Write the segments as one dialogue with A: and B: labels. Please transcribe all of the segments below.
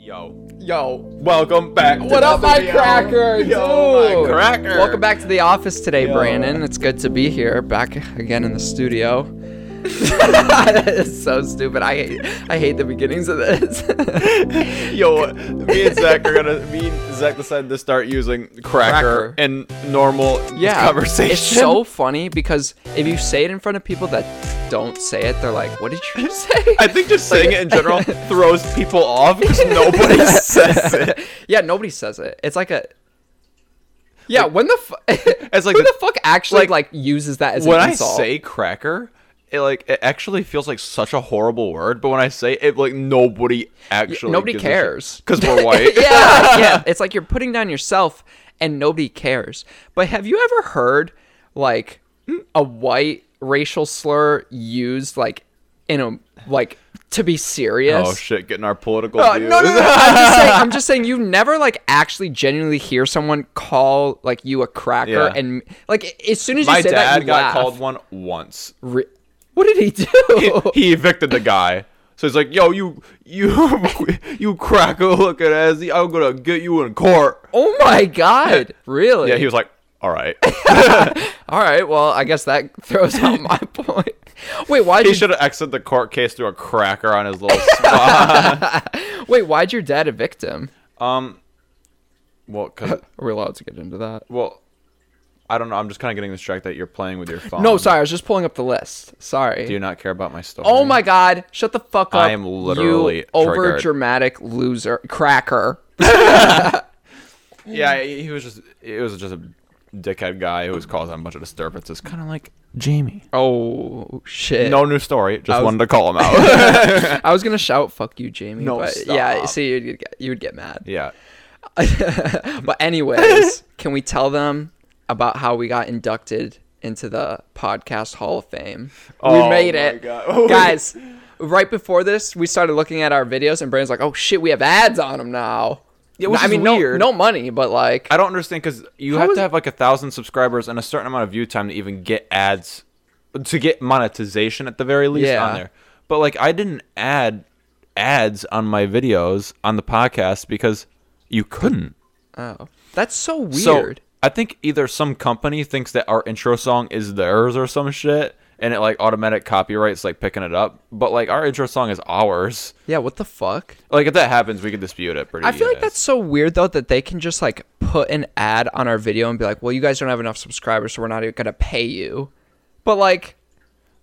A: Yo.
B: Yo,
A: Welcome back. to
B: what up,
A: another
B: my
A: yo.
B: cracker?
A: Yo, my
B: dude?
A: cracker.
B: Welcome back to the office today,
A: Yo.
B: Brandon. It's good to be here, back again in the studio. it's so stupid. I hate, I hate the beginnings of this.
A: Yo, me and Zach are gonna. Me and Zach decided to start using cracker,
B: Cracker.
A: and normal
B: yeah,
A: conversation.
B: It's so funny because if you say it in front of people that don't say it, they're like, "What did you say?"
A: I think just saying it in general throws people off because nobody says it.
B: yeah, nobody says it. It's like a. Yeah, when the fu-
A: It's like
B: who
A: the-
B: the fuck actually
A: like,
B: like, uses that as
A: When
B: an
A: I
B: insult?
A: say cracker, it like it actually feels like such a horrible word, but when I say it, like nobody actually
B: nobody cares.
A: because we're white.
B: yeah, yeah. It's like you're putting down yourself and nobody cares. But have you ever heard like a white racial slur used like in a like to be serious?
A: Oh shit, getting our political
B: Uh,
A: views.
B: no, no, no. I'm just saying. I'm just saying. You never like actually genuinely hear someone call like you a cracker,
A: Yeah.
B: and like as soon as you
A: My
B: say
A: dad
B: that, you
A: got
B: laugh.
A: called one once.
B: Re- what did he do?
A: He, he evicted the guy. So he's like, "Yo, you, you, you cracker looking ass. I'm gonna get you in court."
B: oh my god! Really?
A: Yeah, he was like, "All right."
B: All right. Well, I guess that throws out my point. Wait, why
A: he
B: did
A: should have exited the court case through a cracker on his little spot.
B: Wait, why'd your dad evict him?
A: well, 'cause-
B: Are we allowed to get into that?
A: well, I don't know. I'm just kind of getting distracted that you're playing with your phone.
B: No, sorry, I was just pulling up the list. Sorry.
A: Do you not care about my story?
B: oh my god, shut the fuck up.
A: mm. I am literally
B: you
A: triggered.
B: over dramatic loser cracker.
A: Yeah, he he was just. It was just a dickhead guy who was causing a bunch of disturbances. Kind of like Jamie.
B: Oh shit.
A: No new story. Just wanted to call him out.
B: I was gonna shout fuck you, Jamie.
A: No,
B: but yeah,
A: stop.
B: see you'd you'd get you would get mad.
A: yeah.
B: But anyways, can we tell them about how we got inducted into the podcast Hall of Fame?
A: Oh
B: we made
A: my
B: it,
A: God.
B: guys. Right before this, we started looking at our videos, and Brandon's like, "Oh shit, we have ads on them now."
A: Yeah, which
B: I
A: is
B: mean,
A: weird.
B: no, no money, but like,
A: I don't understand because you
B: How
A: have
B: is-
A: to have like a thousand subscribers and a certain amount of view time to even get ads, to get monetization at the very least on
B: Yeah.
A: there. But like, I didn't add ads on my videos on the podcast because you couldn't.
B: oh, that's so
A: So
B: weird.
A: I think either some company thinks that our intro song is theirs or some shit, and it like automatic copyrights like picking it up. But like our intro song is ours.
B: yeah, what the fuck?
A: Like if that happens, we could dispute it. Pretty.
B: I feel like
A: easy.
B: that's so weird though that they can just like put an ad on our video and be like, "Well, you guys don't have enough subscribers, so we're not even gonna pay you." But like,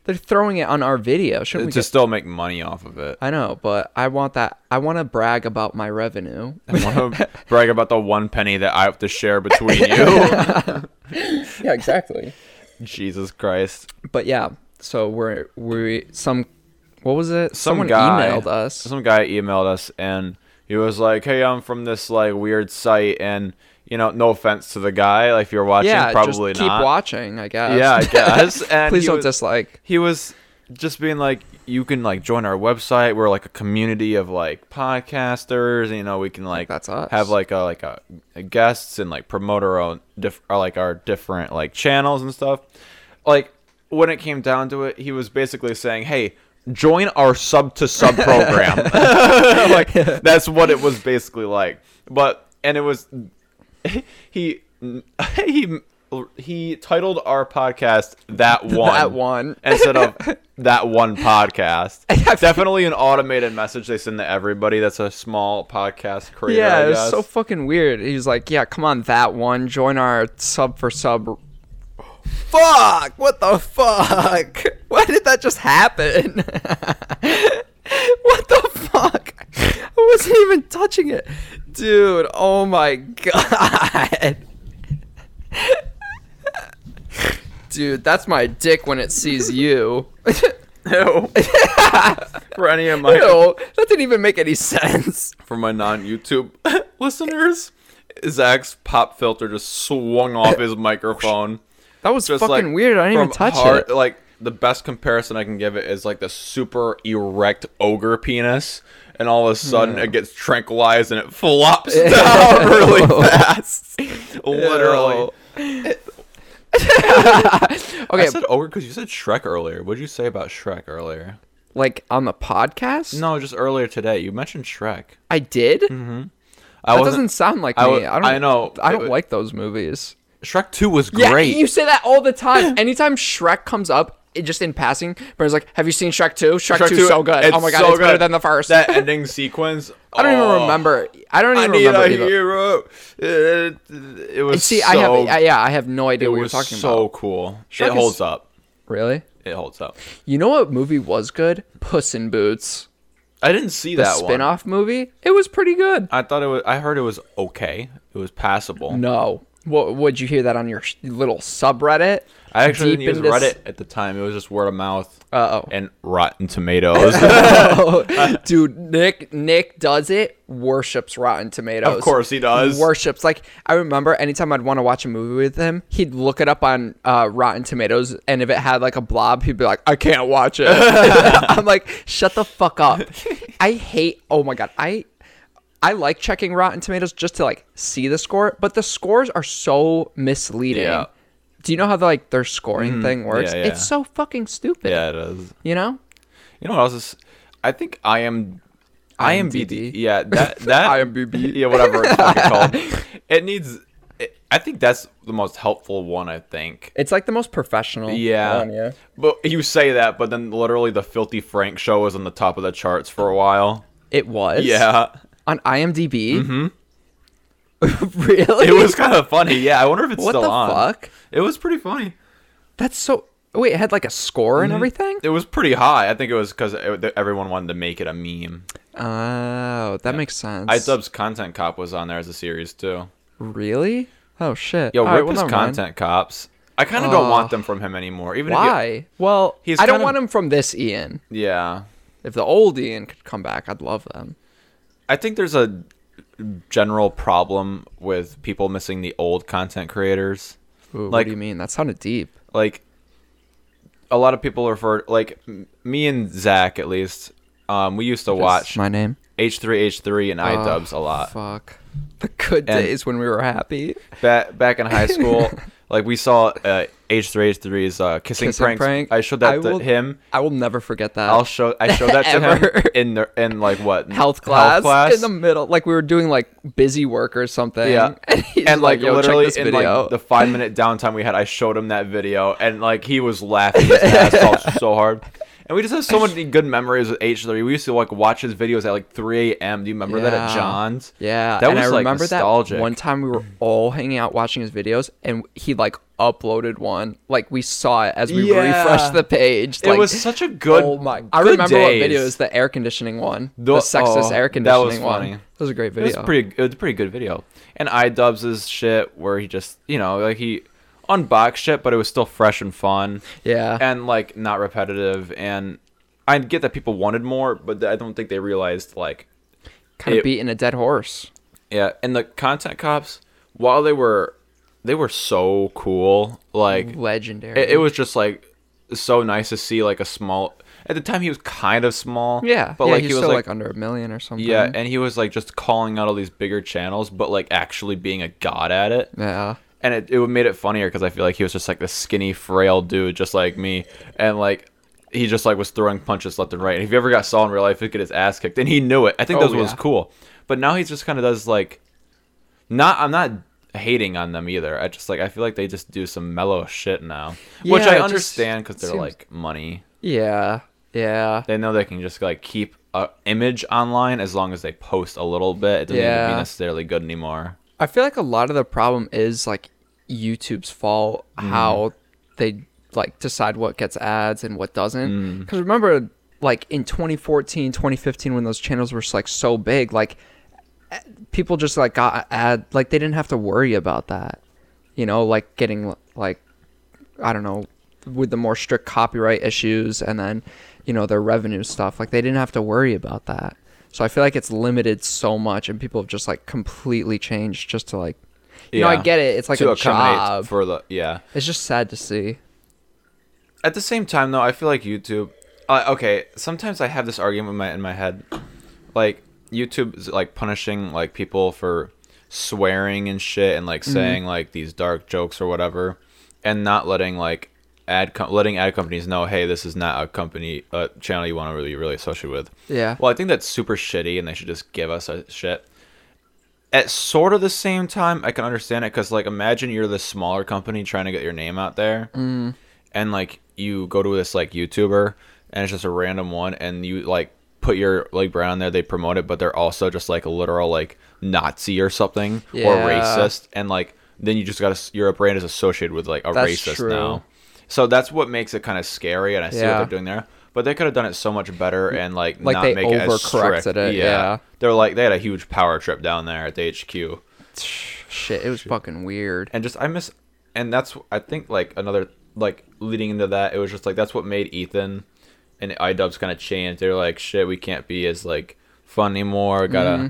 B: they're throwing it on our video. Shouldn't we
A: to still make money off of it.
B: I know, but I want that. I want to brag about my revenue.
A: I want to brag about the one penny that I have to share between you.
B: yeah, exactly.
A: Jesus Christ.
B: But yeah, so we're we some what was it?
A: Some
B: Someone
A: guy,
B: emailed us.
A: Some guy emailed us and he was like, "Hey, I'm from this like weird site and you know, no offense to the guy, like if you're watching,
B: Yeah,
A: probably
B: just keep
A: not.
B: watching. I guess.
A: Yeah, I guess. And
B: Please
A: he
B: don't
A: was-
B: dislike.
A: He was just being like, "You can like join our website. We're like a community of like podcasters. You know, we can like
B: That's us.
A: have like a like a, a guests and like promote our own diff- or like our different like channels and stuff." Like when it came down to it, he was basically saying, "Hey." Join our sub to sub program. like that's what it was basically like. But and it was he he he titled our podcast that one
B: That one.
A: instead of that one podcast definitely an automated message they send to everybody that's a small podcast creator
B: Yeah,
A: I
B: it was
A: guess.
B: so fucking weird. He was like, "Yeah, come on, that one. Join our sub for sub." Fuck! What the fuck? Why did that just happen? what the fuck? I wasn't even touching it, dude. Oh my god, dude, that's my dick when it sees you.
A: for any of my
B: Ew, that didn't even make any sense.
A: for my non-youtube listeners zach's pop filter just swung off his microphone
B: That was
A: just
B: fucking
A: like,
B: weird. I didn't even
A: from
B: touch
A: hard-
B: it.
A: Like the best comparison I can give it is like the super erect ogre penis, and all of a sudden
B: Hmm.
A: it gets tranquilized and it flops down really fast. Literally.
B: Okay,
A: I said ogre because you said Shrek earlier. What did you say about Shrek earlier?
B: Like on the podcast?
A: No, just earlier today you mentioned Shrek.
B: I did?
A: I
B: That
A: wasn't-
B: doesn't sound like
A: I
B: me.
A: wa-
B: Mm-hmm. I don't
A: I know.
B: I don't
A: It-
B: like those movies.
A: Shrek Two was
B: Yeah,
A: great.
B: you say that all the time. Anytime Shrek comes up, it just in passing, Brandon's like, "Have you seen Shrek 2? Shrek,
A: Shrek
B: 2 is so good. Oh my god,
A: so
B: it's better
A: good.
B: than the first.
A: That ending sequence.
B: I don't
A: oh,
B: even remember. I don't
A: I
B: even
A: need
B: remember.
A: a
B: either.
A: hero. It, it was
B: See,
A: so,
B: I have I, yeah, I have no idea
A: it
B: what you're
A: was
B: talking
A: so
B: about.
A: cool.
B: Shrek
A: it
B: is-
A: holds up.
B: Really?
A: It holds up.
B: You know what movie was good? Puss in Boots,
A: I didn't see
B: the
A: that one.
B: spin-off movie. It was pretty good.
A: I thought it was. I heard it was okay. It was passable.
B: No. What would you hear that on your sh- little subreddit?
A: I actually
B: Deep
A: didn't use
B: into s-
A: Reddit at the time. It was just word of mouth
B: Uh-oh.
A: and Rotten Tomatoes.
B: Oh, dude, Nick Nick does it. Worships Rotten Tomatoes.
A: Of course he does.
B: Worships. Like I remember, anytime I'd want to watch a movie with him, he'd look it up on uh, Rotten Tomatoes, and if it had like a blob, he'd be like, "I can't watch it." I'm like, "Shut the fuck up." I hate. Oh my god, I. I like checking Rotten Tomatoes just to like see the score, but the scores are so misleading.
A: Yeah. Mm-hmm.
B: Do you know how the, like their scoring thing works?
A: yeah, yeah.
B: It's so fucking stupid.
A: yeah, it is.
B: You know?
A: You know what else is? I think I am. IMDb.
B: IMDb.
A: Yeah, that that
B: IMDb.
A: Yeah, whatever it's fucking called. It needs. It, I think that's the most helpful one. I think.
B: It's like the most professional.
A: Yeah.
B: one, yeah.
A: But you say that, but then literally the Filthy Frank show was on the top of the charts for a while.
B: It was.
A: Yeah.
B: On IMDb. Mm-hmm. really?
A: It was kind of funny. Yeah, I wonder if it's
B: What
A: still
B: the
A: on.
B: fuck?
A: It was pretty funny.
B: That's so. Wait, it had like a score
A: Mm-hmm.
B: and everything.
A: It was pretty high. I think it was because everyone wanted to make it a meme.
B: Oh, that makes sense.
A: iSub's Content Cop was on there as a series too.
B: Really? Oh shit.
A: Yo,
B: All right,
A: rip
B: well,
A: his
B: never mind.
A: Content Cops. I kind of don't want them from him anymore. Even
B: Why?
A: If
B: well,
A: He's
B: I don't
A: kind of-
B: want him from this Ian.
A: you, yeah,
B: If the old Ian could come back, I'd love them.
A: I think there's a general problem with people missing the old content creators.
B: Ooh, what
A: Like-
B: do you mean? That sounded deep.
A: like a lot of people refer like m- me and Zach at least. Um, we used to
B: That's
A: watch
B: my name. Oh,
A: H three H three and iDubbbz a lot
B: Uh, Fuck. The good
A: And-
B: days when we were happy.
A: back back in high school. like we saw uh, H three H 3s uh, kissing,
B: Kissing
A: pranks.
B: prank.
A: I showed that
B: I
A: to
B: will-
A: him.
B: I will never forget that.
A: I'll show I showed that to him
B: Ever.
A: in the in like what
B: health class, in the middle. Like we were doing like busy work or something.
A: yeah,
B: And, he's
A: and like,
B: "Yo, check
A: literally
B: this
A: in like
B: video."
A: the five minute downtime we had, I showed him that video, and like he was laughing his ass off so hard. And we just have so many good memories with H three. We used to like watch his videos at like three a.m. Do you remember that at
B: Yeah.
A: John's?
B: yeah,
A: that
B: and
A: was
B: I
A: like
B: remember
A: nostalgic.
B: that one time we were all hanging out watching his videos, and he like uploaded one. Like we saw it as we
A: Yeah.
B: refreshed the page.
A: It
B: like,
A: was such a good.
B: Oh my! I
A: good
B: remember what
A: days.
B: video is the air conditioning one, the,
A: The- oh,
B: sexist air
A: that was
B: conditioning one.
A: funny.
B: That was a great
A: It
B: video.
A: was pretty. It was a pretty good video. And iDubbbz's shit, where he just you know like he unboxed shit, but it was still fresh and fun.
B: Yeah.
A: and like not repetitive. And I get that people wanted more, but I don't think they realized like
B: kind of
A: it-
B: beating a dead horse.
A: Yeah, and the content cops, while they were, they were so cool. Like
B: Legendary.
A: it, it was just like so nice to see like a small. At the time, he was kind of small.
B: yeah,
A: but
B: yeah,
A: like
B: he's
A: he was
B: still,
A: like,
B: like, under a million or something.
A: yeah, and he was like just calling out all these bigger channels, but like actually being a god at it.
B: yeah.
A: And it it made it funnier because I feel like he was just like this skinny, frail dude, just like me, and like. He just like was throwing punches left and right. And if you ever got Saul in real life, he'd get his ass kicked, and he knew it. I think
B: Oh,
A: that was
B: yeah.
A: cool. But now he just kind of does like not I'm not hating on them either. I just like I feel like they just do some mellow shit now, which
B: Yeah, it
A: I
B: just
A: understand because they're
B: seems-
A: like money.
B: Yeah. Yeah.
A: They know they can just like keep a image online as long as they post a little bit. It doesn't even
B: Yeah.
A: be necessarily good anymore.
B: I feel like a lot of the problem is like YouTube's fault how they like decide what gets ads and what doesn't. Cuz remember like in 2014, 2015 when those channels were like so big, like a- people just like got ad like they didn't have to worry about that. You know, like getting like I don't know with the more strict copyright issues and then, you know, their revenue stuff. Like they didn't have to worry about that. So I feel like it's limited so much and people have just like completely changed just to like you know, I
A: Yeah.
B: get it. It's like
A: to
B: a
A: accommodate
B: job.
A: for the yeah.
B: It's just sad to see.
A: At the same time though, I feel like YouTube. Uh, okay, sometimes I have this argument in my in my head, like YouTube is like punishing like people for swearing and shit and like saying like these dark jokes or whatever, and not letting like ad com- letting ad companies know, hey, this is not a company a channel you want to really really associate with.
B: Yeah.
A: Well, I think that's super shitty, and they should just give us a shit. At sort of the same time, I can understand it because like imagine you're this smaller company trying to get your name out there,
B: Mm.
A: and like you go to this like YouTuber, and it's just a random one, and you like put your like brand on there, they promote it, but they're also just like a literal like Nazi or something or
B: Yeah.
A: racist, and like then you just got to your brand is associated with like a
B: That's
A: racist
B: true.
A: now. So that's what makes it kind of scary, and I see what
B: Yeah.
A: they're doing there. But they could have done it so much better and like
B: Like,
A: not
B: they
A: make it as
B: overcorrected
A: strict.
B: it, yeah.
A: they're like they had a huge power trip down there at the HQ,
B: Shit, it was fucking weird.
A: and just I miss, and that's I think like another like leading into that it was just like that's what made Ethan and iDubbbz kind of change. They're like shit, we can't be as like fun anymore. Gotta
B: Mm-hmm.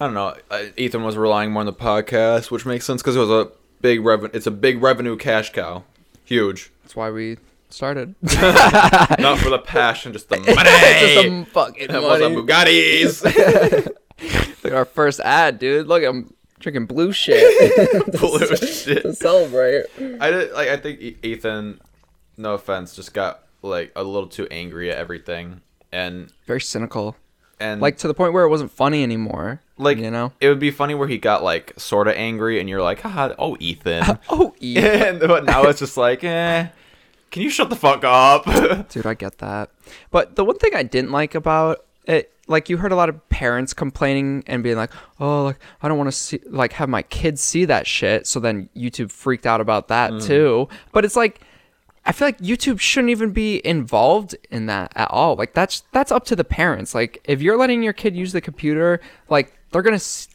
A: I don't know. Uh, Ethan was relying more on the podcast, which makes sense because it was a big revenue. It's a big revenue cash cow, huge.
B: That's why we started.
A: Not for the passion, just the money.
B: Just some fucking
A: That was a
B: money.
A: Bugattis.
B: Look at our first ad, dude. Look, I'm drinking blue shit
A: Blue shit.
B: to celebrate.
A: I did, like. I think E- Ethan, no offense, just got like a little too angry at everything, and
B: Very cynical.
A: and
B: Like to the point where it wasn't funny anymore.
A: like
B: you know.
A: it would be funny where he got like sort of angry, and you're like, haha, oh Ethan,
B: Oh, yeah.
A: and but now it's just like, eh, can you shut the fuck up?
B: Dude, I get that. But the one thing I didn't like about it, like you heard a lot of parents complaining and being like, "Oh, like I don't want to see like have my kids see that shit." So then YouTube freaked out about that too. But it's like I feel like YouTube shouldn't even be involved in that at all. Like that's that's up to the parents. Like if you're letting your kid use the computer, like they're going to s-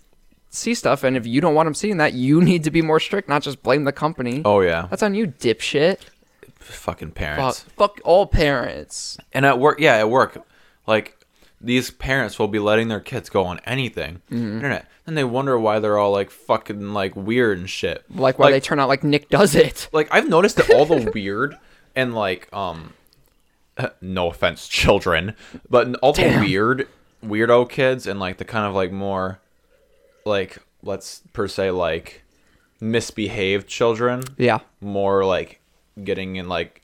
B: see stuff and if you don't want them seeing that, you need to be more strict, not just blame the company.
A: oh yeah,
B: That's on you, dipshit.
A: fucking
B: Fuck,
A: parents.
B: fuck all parents.
A: And at work, yeah, at work, like these parents will be letting their kids go on anything
B: Mm-hmm.
A: internet, and they wonder why they're all like fucking like weird and shit.
B: like why they turn out like Nick does it.
A: like I've noticed that all the weird and like um no offense children but all the weird weirdo kids and like the kind of like more like let's per se like misbehaved children
B: Yeah.
A: more like getting in like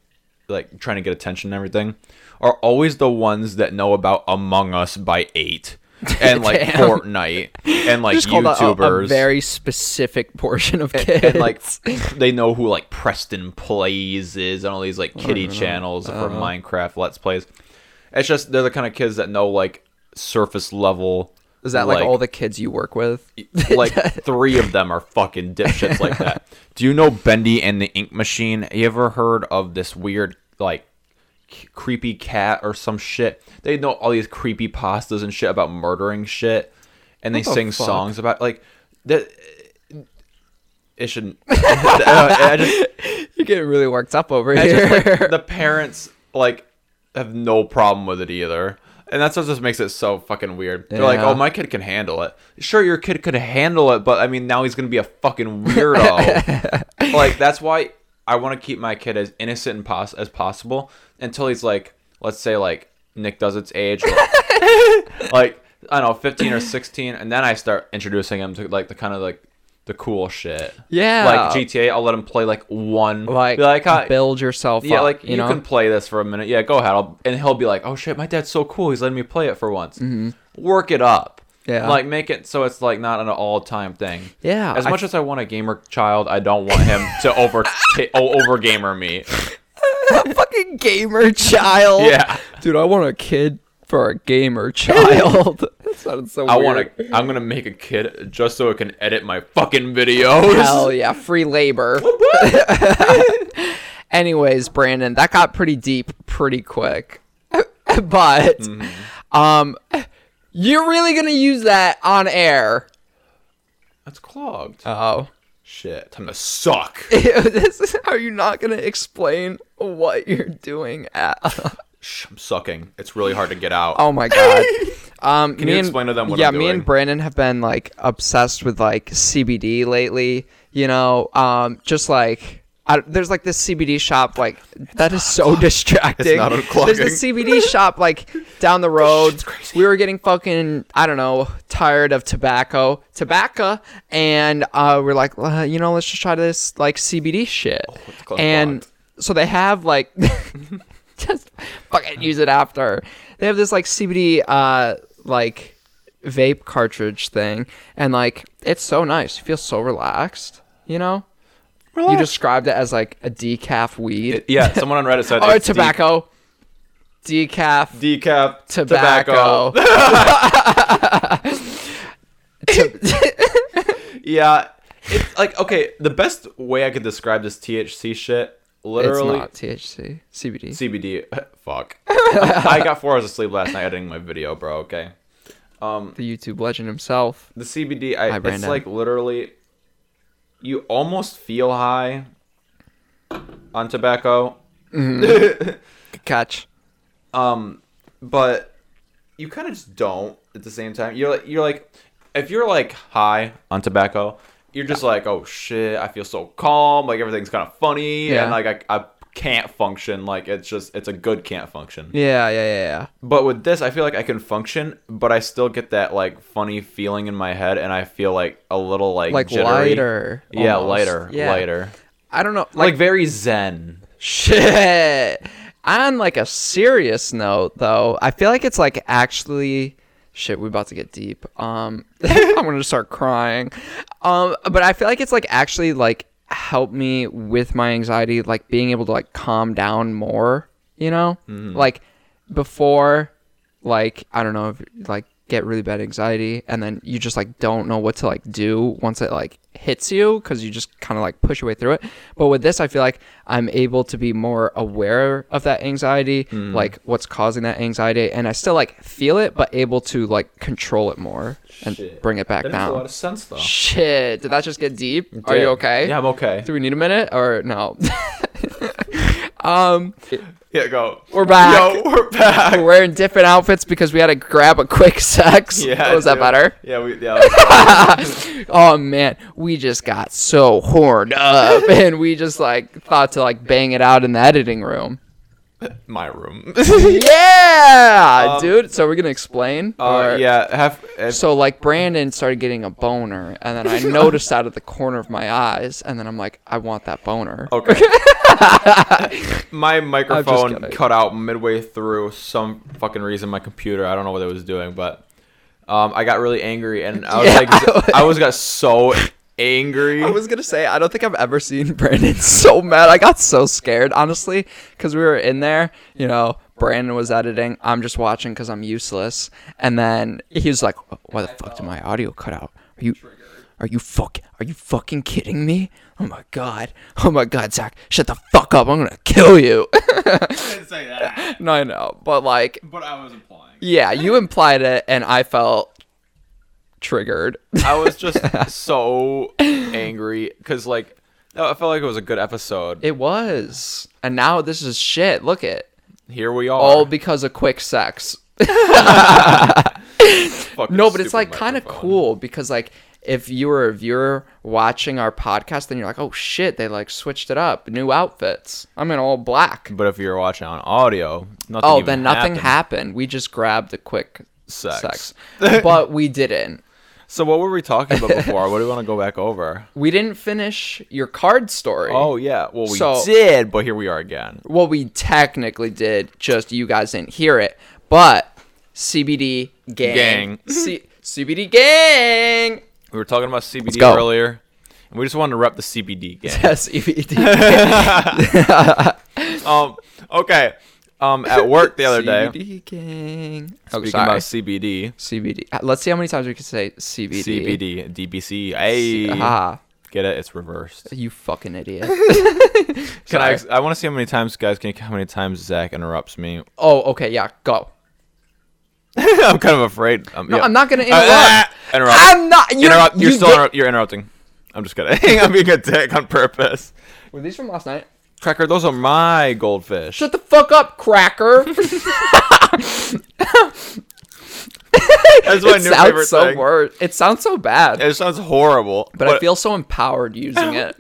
A: like trying to get attention and everything are always the ones that know about Among Us by 8 and like
B: Damn.
A: Fortnite and like
B: Just called out a,
A: YouTubers
B: a very specific portion of kids.
A: and like they know who like Preston Plays is and all these like kitty
B: Uh-huh.
A: channels for Minecraft Let's Plays. It's just they're the kind of kids that know like surface level.
B: is that like, all the kids you work with?
A: like three of them are fucking dipshits like that. Do you know Bendy and the Ink Machine? You ever heard of this weird like c- creepy cat or some shit? They know all these creepy pastas and shit about murdering shit, and they
B: the
A: sing
B: fuck?
A: songs about like that. It shouldn't. I just-
B: You're getting really worked up over
A: it's
B: here.
A: just, like, the parents like have no problem with it either. And that's what just makes it so fucking weird. They're like,
B: Yeah.
A: "Oh, my kid can handle it." Sure, your kid could handle it, but I mean, now he's gonna be a fucking weirdo. like that's why I want to keep my kid as innocent and pos- as possible until he's like, let's say like Nick does its age, like, like, I don't know, fifteen or sixteen, and then I start introducing him to like the kind of like the cool shit.
B: Yeah.
A: like GTA, I'll let him play like one,
B: like,
A: be like "Hi,
B: build yourself
A: yeah,
B: up.
A: like you,
B: you know,
A: can play this for a minute. Yeah, go ahead. I'll, and he'll be like, "Oh shit, my dad's so cool. He's letting me play it for once." Work it up.
B: Mm-hmm. Yeah.
A: Like make it so it's like not an all time thing.
B: Yeah,
A: As
B: I-
A: much as I want a gamer child, I don't want him to over ta- oh, over gamer me.
B: fucking gamer child.
A: Yeah.
B: dude, I want a kid for a gamer child. that sounded so.
A: I
B: weird.
A: want to. I'm gonna make a kid just so it can edit my fucking videos.
B: Hell yeah, free labor. Anyways, Brandon, that got pretty deep pretty quick. but um you're really going to use that on air.
A: That's clogged.
B: Oh.
A: shit. Time to suck.
B: this is how you're not going to explain what you're doing at
A: Shh, I'm sucking. It's really hard to get out.
B: Oh my god. Um, Can
A: you explain to them what
B: yeah,
A: I'm
B: me
A: doing?
B: and Brandon have been like obsessed with like CBD lately. You know, um, just like I, don't- there's like this CBD shop like that is so distracting.
A: not unclogging.
B: there's this CBD shop like down the road.
A: shit's crazy.
B: We were getting fucking I don't know tired of tobacco, tobacco, and uh, we're like, "Uh, you know, let's just try this like CBD shit.
A: Oh, it's called
B: and
A: blunt.
B: so they have like just fucking use it after. They have this like CBD uh like vape cartridge thing and like it's so nice. You feel so relaxed, you know? You described it as like a decaf weed
A: It- yeah, someone on Reddit said
B: or
A: it's de-
B: Oh, tobacco. decaf
A: decaf
B: tobacco.
A: Yeah, it's like okay. The best way I could describe this THC shit,
B: it's
A: literally
B: not THC, CBD.
A: CBD. Fuck. I got four hours of sleep last night editing my video, bro. Okay.
B: the YouTube legend himself.
A: The CBD, I, it's
B: Brandon.
A: like literally, you almost feel high on tobacco,
B: Good catch.
A: but you kind of just don't at the same time. You're like, you're like, if you're like high on tobacco, you're just like, oh shit, I feel so calm. Like everything's kind of funny,
B: Yeah.
A: and like I, I can't function. Like it's just, it's a good can't function.
B: Yeah, yeah, yeah,
A: But with this, I feel like I can function, but I still get that like funny feeling in my head, and I feel like a little like
B: yeah. Like
A: jittery.
B: lighter.
A: Yeah,
B: almost.
A: lighter,
B: Yeah.
A: lighter.
B: I don't know.
A: Like,
B: Like,
A: very zen.
B: shit. On like a serious note, though, I feel like it's like actually shit. We're about to get deep. Um, I'm gonna start crying. Um, but I feel like it's like actually like helped me with my anxiety, like being able to like calm down more. You know, like before like I don't know if like get really bad anxiety and then you just like don't know what to like do once it like hits you cuz you just kind of like push your way through it. But with this I feel like I'm able to be more aware of that anxiety,
A: Mm.
B: like what's causing that anxiety and I still like feel it but able to like control it more and
A: Shit.
B: bring it back
A: That makes a lot
B: down.
A: of sense though.
B: Shit, did that just get deep? Are you okay?
A: Yeah, I'm okay.
B: Do we need a minute or no?
A: Yeah, go.
B: We're back.
A: Yo, we're back.
B: We're in different outfits because we had to grab a quick sex.
A: Yeah.
B: was Oh, that
A: dude.
B: better?
A: Yeah, we yeah. that
B: oh man, we just got so horned up and we just like thought to like bang it out in the editing room.
A: was My room.
B: yeah, dude. So we're gonna explain.
A: Um, Uh,
B: or-
A: yeah, half. it's-
B: So like Brandon started getting a boner, and then I noticed out of the corner of my eyes, and then I'm like, I want that boner.
A: Okay. my microphone
B: kidding.
A: cut out midway through some fucking reason. My computer, I don't know what it was doing, but um, I got really angry and I was
B: Yeah,
A: like,
B: I was-
A: I was got so angry.
B: I was gonna say I don't think I've ever seen Brandon so mad. I got so scared, honestly, because we were in there. You know, Brandon was editing. I'm just watching because I'm useless. And then he was like, "Why the fuck did my audio cut out? Are you, are you fuck, are you fucking kidding me? Oh my god, oh my god, Zach, shut the fuck up. I'm gonna kill you."
C: didn't say that,
B: no, I know, but like,
C: but I was implying.
B: yeah, you implied it, and I felt triggered.
A: I was just so angry because like no, I felt like it was a good episode.
B: it was, and now this is shit. Look it.
A: Here we are.
B: all because of quick sex.
A: Fucking
B: No, but it's
A: stupid
B: like kind of
A: microphone.
B: cool because like if you were a viewer watching our podcast, then you're like, oh shit, they like switched it up, new outfits. I'm in all black.
A: But if you're watching on audio, nothing
B: Oh,
A: even
B: then nothing
A: happened.
B: happened. We just grabbed the quick
A: Sex.
B: sex, but we didn't.
A: So what were we talking about before? what do we want to go back over?
B: We didn't finish your card story.
A: Oh yeah, well we
B: So-
A: did, but here we are again.
B: well, we technically did, just you guys didn't hear it. But CBD gang,
A: Gang.
B: C- CBD gang.
A: We were talking about CBD
B: go.
A: earlier, and we just wanted to rep the CBD game.
B: CBD.
A: um, okay. Um, at work the other day, speaking
B: CBD gang. Oh,
A: about
B: sorry.
A: CBD,
B: CBD. Uh, Let's see how many times we can say CBD.
A: CBD, DBC, hey,
B: Ah,
A: get it? It's reversed.
B: you fucking idiot.
A: Can I?
B: Sorry.
A: ex- I want to see how many times, guys. Can you count how many times Zach interrupts me?
B: oh, okay. Yeah, go.
A: I'm kind of afraid. Um,
B: No,
A: yeah.
B: I'm not gonna
A: Uh,
B: interrupt.
A: ah, interrupt.
B: I'm not. You're,
A: interrupt. You're
B: you
A: still
B: did-
A: interrupt. You're interrupting. I'm just kidding. I'm being a dick on purpose.
B: Were these from last night?
A: Cracker, those are my goldfish.
B: Shut the fuck up, cracker.
A: That's my
B: it
A: new
B: sounds
A: favorite
B: so
A: thing.
B: wor- It sounds so bad.
A: It sounds horrible,
B: but I feel so empowered using it.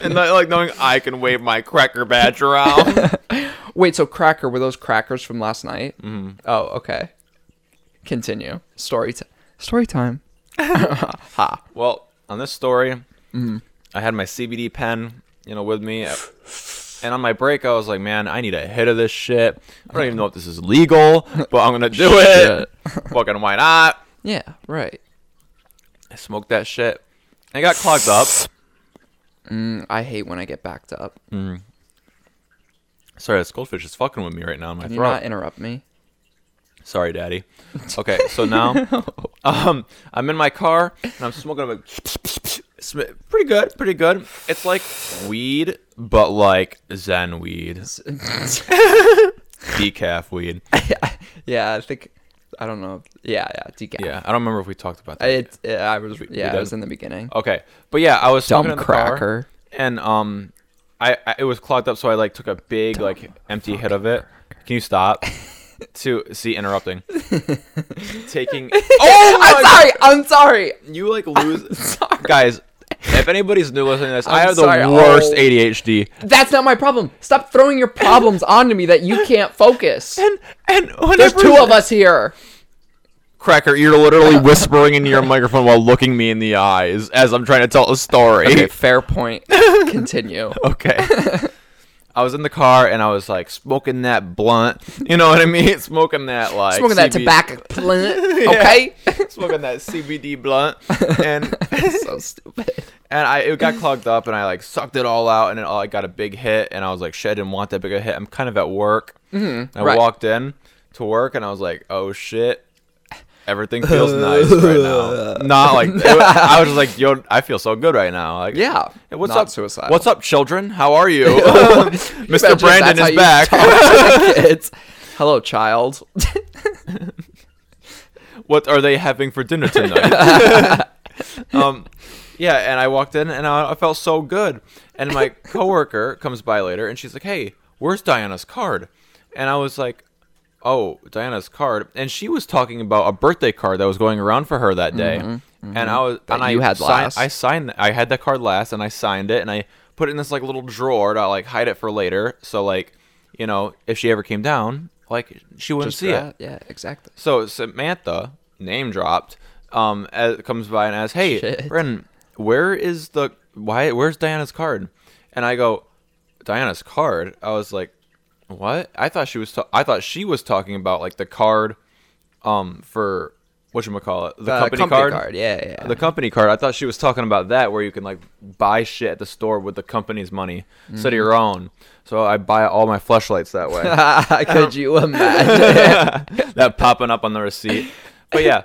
A: and like like, knowing I can wave my cracker badge around.
B: Wait, so cracker were those crackers from last night?
A: Mm-hmm.
B: Mm. Oh, okay. Continue. Story time. Story time. Mm-hmm.
A: well, on this story, I had my CBD pen, you know, with me at, And on my break, I was like, man, I need a hit of this shit. I don't even know if this is legal, but I'm gonna do it. Fucking why not?
B: Yeah, right.
A: I smoked that shit. I got clogged up.
B: I hate when I get backed up.
A: Sorry, this goldfish is fucking with me right now in my
B: Can you
A: throat.
B: not interrupt me?
A: Sorry, Daddy. Okay, so now um, I'm in my car and I'm smoking. I'm like, sm- pretty good, pretty good. It's like weed, but like Zen weed, decaf weed.
B: yeah, I think I don't know. Yeah, yeah, decaf.
A: Yeah, I don't remember if we talked about
B: I,
A: that.
B: it, it- I was yeah, I was
A: done?
B: in the beginning.
A: okay, but yeah, I was smoking in
B: Dumb
A: the car,
B: cracker.
A: and um, I, I it was clogged up, so I like took a big like empty hit of it. Can you stop? to see interrupting, taking. Oh my
B: I'm sorry. I'm sorry.
A: You like lose.
B: sorry.
A: Guys, if anybody's new listening to this, i
B: I'm
A: have
B: sorry.
A: the worst
B: Oh.
A: ADHD.
B: That's not my problem. Stop throwing your problems onto me that you can't focus.
A: And and
B: There's
A: whenever
B: two of us here.
A: Cracker, you're literally whispering into your microphone while looking me in the eyes as I'm trying to tell a story.
B: Okay, fair point. Continue.
A: Okay. I was in the car and I was like smoking that blunt. You know what I mean? Smoking that like
B: Smoking
A: CB
B: that tobacco plant. Okay.
A: smoking that CBD blunt and
B: so stupid.
A: and I it got clogged up and I like sucked it all out and it all I got a big hit and I was like shit I didn't want that big a hit I'm kind of at work mm-hmm, I
B: right.
A: walked in to work and I was like oh shit everything feels nice right now not like it wa- I was just like yo I feel so good right now like
B: Yeah,
A: "Hey, what's
B: not
A: up
B: suicidal.
A: what's up children how are you Mr
B: Imagine
A: Brandon
B: that's how
A: is
B: you
A: back
B: talk to the kids. Hello, child.
A: what are they having for dinner tonight? um, yeah, and I walked in and I, I felt so good. And my coworker comes by later and she's like, "Hey, where's Diana's card?" And I was like, "Oh, Diana's card." And she was talking about a birthday card that was going around for her that day. And I was and
B: Mm-hmm, you
A: I
B: had
A: signed,
B: last.
A: I signed I had that card last and I signed it and I put it in this like little drawer to like hide it for later. So like, you know, if she ever came down, like she wouldn't see it.
B: yeah, yeah, exactly.
A: So Samantha, name dropped, um, as, comes by and asks, "Hey,
B: Shit.
A: Brendan, where is the why? Where's Diana's card?" And I go, "Diana's card." I was like, "What?" I thought she was. Ta- I thought she was talking about like the card, um, for what you call it, the,
B: Uh,
A: company, card.
B: Yeah, yeah.
A: The company card. I thought she was talking about that, where you can like buy shit at the store with the company's money
B: Mm-hmm.
A: instead of your own. So I buy all my flashlights that way
B: Could you imagine?
A: that popping up on the receipt. But yeah.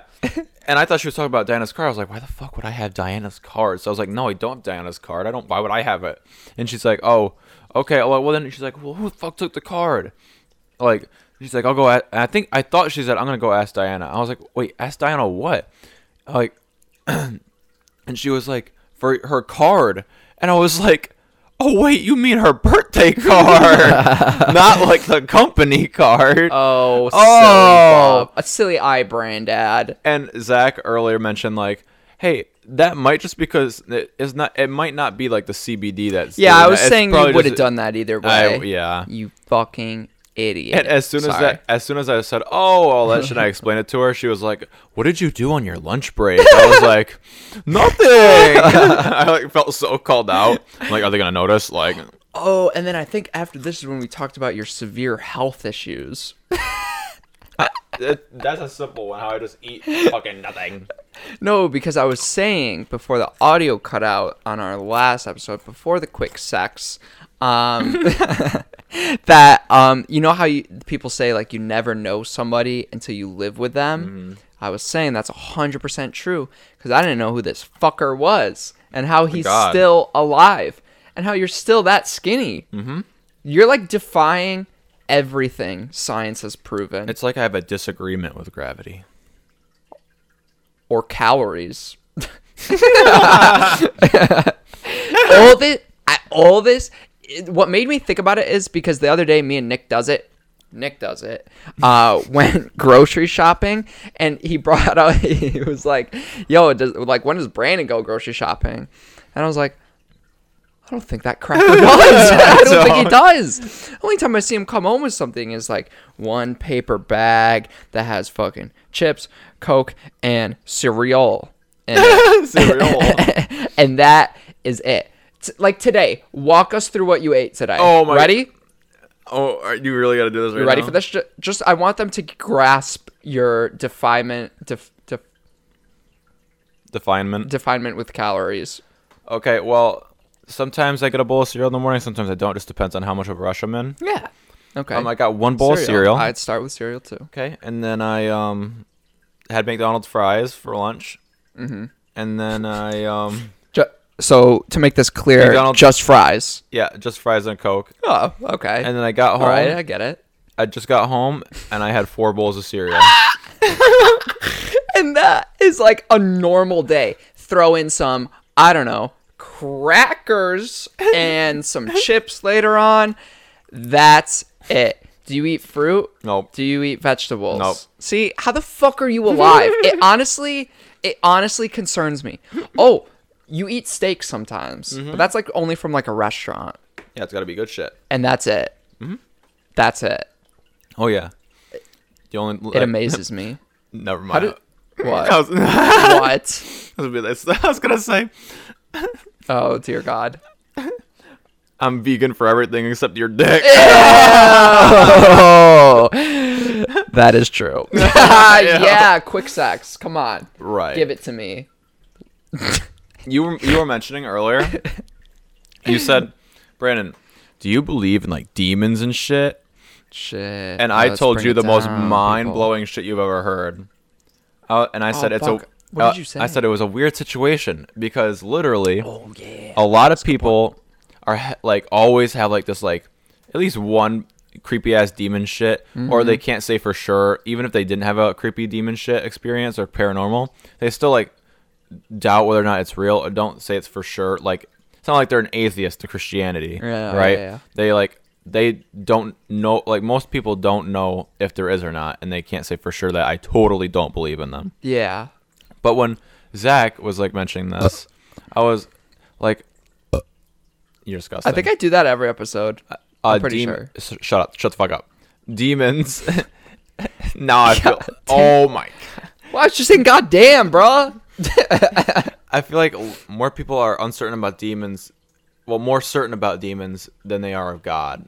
A: And I thought she was talking about Diana's card. I was like, why the fuck would I have Diana's card? So I was like, no, I don't have Diana's card. I don't. Why would I have it? And she's like, oh, okay. Well, well then she's like, well, who the fuck took the card? Like, she's like, I'll go. At, and I think I thought she said, I'm gonna go ask Diana. I was like, wait, ask Diana what? Like, and she was like, for her card. And I was like, oh wait, you mean her birthday card, not like the company card.
B: Oh, silly
A: Oh.
B: Bob. a silly eye brand ad.
A: and Zach earlier mentioned like, hey, that might just because it is not. It might not be like the CBD that's.
B: Yeah,
A: doing
B: I
A: that.
B: was
A: It's
B: saying
A: probably
B: you would have
A: just-
B: done that either
A: I-
B: way.
A: yeah.
B: You fucking idiot.
A: And as soon as
B: Sorry.
A: that, as soon as I said, "Oh, all that shit," I explained it to her. She was like, "What did you do on your lunch break?" I was like, "Nothing." I like felt so called out. I'm like, are they gonna notice? Like,
B: Oh, and then I think after this is when we talked about your severe health issues.
A: it- that's a simple one. How I just eat fucking nothing.
B: No, because I was saying before the audio cut out on our last episode, before the quick sex, um, that um, you know how you, people say like you never know somebody until you live with
A: Mm-hmm.
B: them. I was saying that's hundred percent true because I didn't know who this fucker was and how he's
A: Oh God.
B: still alive and how you're still that skinny. Mm-hmm. You're like defying everything science has proven
A: It's like I have a disagreement with gravity.
B: or calories. all this, I, all this. it- what made me think about it is because the other day, me and Nick does it. Nick does it. Uh, went grocery shopping, and he brought out. He was like, "Yo, does, like when does Brandon go grocery shopping?" And I was like, I don't think that cracker does. I don't think he
A: don't.
B: does. Only time I see him come home with something is like one paper bag that has fucking chips, coke, and cereal in it.
A: Cereal.
B: and that is it. t- like today, walk us through what you ate today.
A: Oh my-
B: Ready?
A: Oh, are you really got to do this right
B: You ready
A: now?
B: for this? Ju- Just I want them to grasp your definement def, def,
A: Definement.
B: definement with calories.
A: Okay, well, sometimes I get a bowl of cereal in the morning. Sometimes I don't. Just depends on how much of a rush I'm in.
B: Yeah. Okay.
A: Um, I got one bowl of cereal.
B: I'd start with cereal too.
A: okay, and then I um had McDonald's fries for lunch. Mm-hmm. And then I um
B: Ju- so to make this clear,
A: McDonald's-
B: just fries.
A: yeah just fries and coke.
B: Oh, okay.
A: And then I got home.
B: All right, I get it.
A: I just got home and I had four bowls of cereal.
B: And that is like a normal day. Throw in some, I don't know, crackers and some chips later on. That's it. Do you eat fruit?
A: Nope.
B: Do you eat vegetables?
A: Nope.
B: See, how the fuck are you alive? it honestly, it honestly concerns me. Oh, you eat steak sometimes,
A: Mm-hmm.
B: but that's like only from like a restaurant,
A: yeah, it's got to be good shit.
B: and that's it.
A: Mm-hmm.
B: That's it.
A: Oh yeah. The only
B: It amazes me.
A: Never mind.
B: How did what?
A: I was, I
B: what?
A: was gonna be like- I was gonna say
B: Oh dear God.
A: I'm vegan for everything except your dick.
B: Oh, that is true. yeah. quick sex. Come on,
A: right.
B: give it to me.
A: You were you were mentioning earlier. you said, Brandon, do you believe in like demons and shit?
B: Shit.
A: And I told you the most mind blowing shit you've ever heard. Uh, and I said it's
B: Oh, fuck.
A: a.
B: What did
A: uh,
B: you
A: I
B: say?
A: said it was a weird situation because literally,
B: Oh yeah.
A: a lot of people are he- like always have like this like at least one creepy ass demon shit or they
B: Mm-hmm.
A: can't say for sure even if they didn't have a creepy demon shit experience or paranormal they still like doubt whether or not it's real or don't say it's for sure like it's not like they're an atheist to christianity
B: Yeah, yeah,
A: right
B: yeah.
A: they like they don't know like most people don't know if there is or not and they can't say for sure that i totally don't believe in them
B: Yeah.
A: but when Zach was like mentioning this, I was like, "You're disgusting."
B: I think I do that every episode.
A: Uh,
B: I'm pretty sure.
A: s- Shut up! Shut the fuck up! Demons. now I feel. Oh my! God.
B: Well, I was just saying, God damn, bruh.
A: I feel like l- more people are uncertain about demons. Well, more certain about demons than they are of God.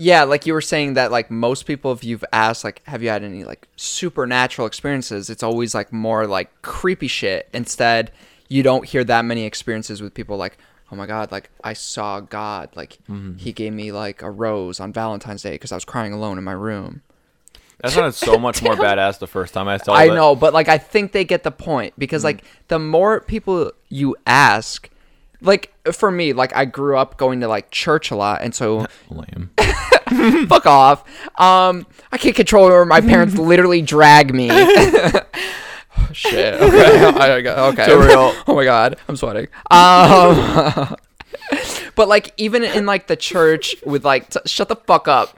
B: Yeah, like you were saying that, like most people, if you've asked, like, have you had any like supernatural experiences, it's always like more like creepy shit. Instead, you don't hear that many experiences with people like, oh my God, like I saw God, like he gave me like a rose on Valentine's Day because I was crying alone in my room.
A: That sounded so much more badass the first time I saw
B: I
A: it.
B: know, but like I think they get the point because like the more people you ask, like for me, like I grew up going to like church a lot, and so
A: Lame.
B: fuck off. Um, I can't control it, or my parents literally drag me. Shit. Okay. I- I got- okay.
A: Too real.
B: oh my god, I'm sweating. Um, but like even in like the church with like t- shut the fuck up.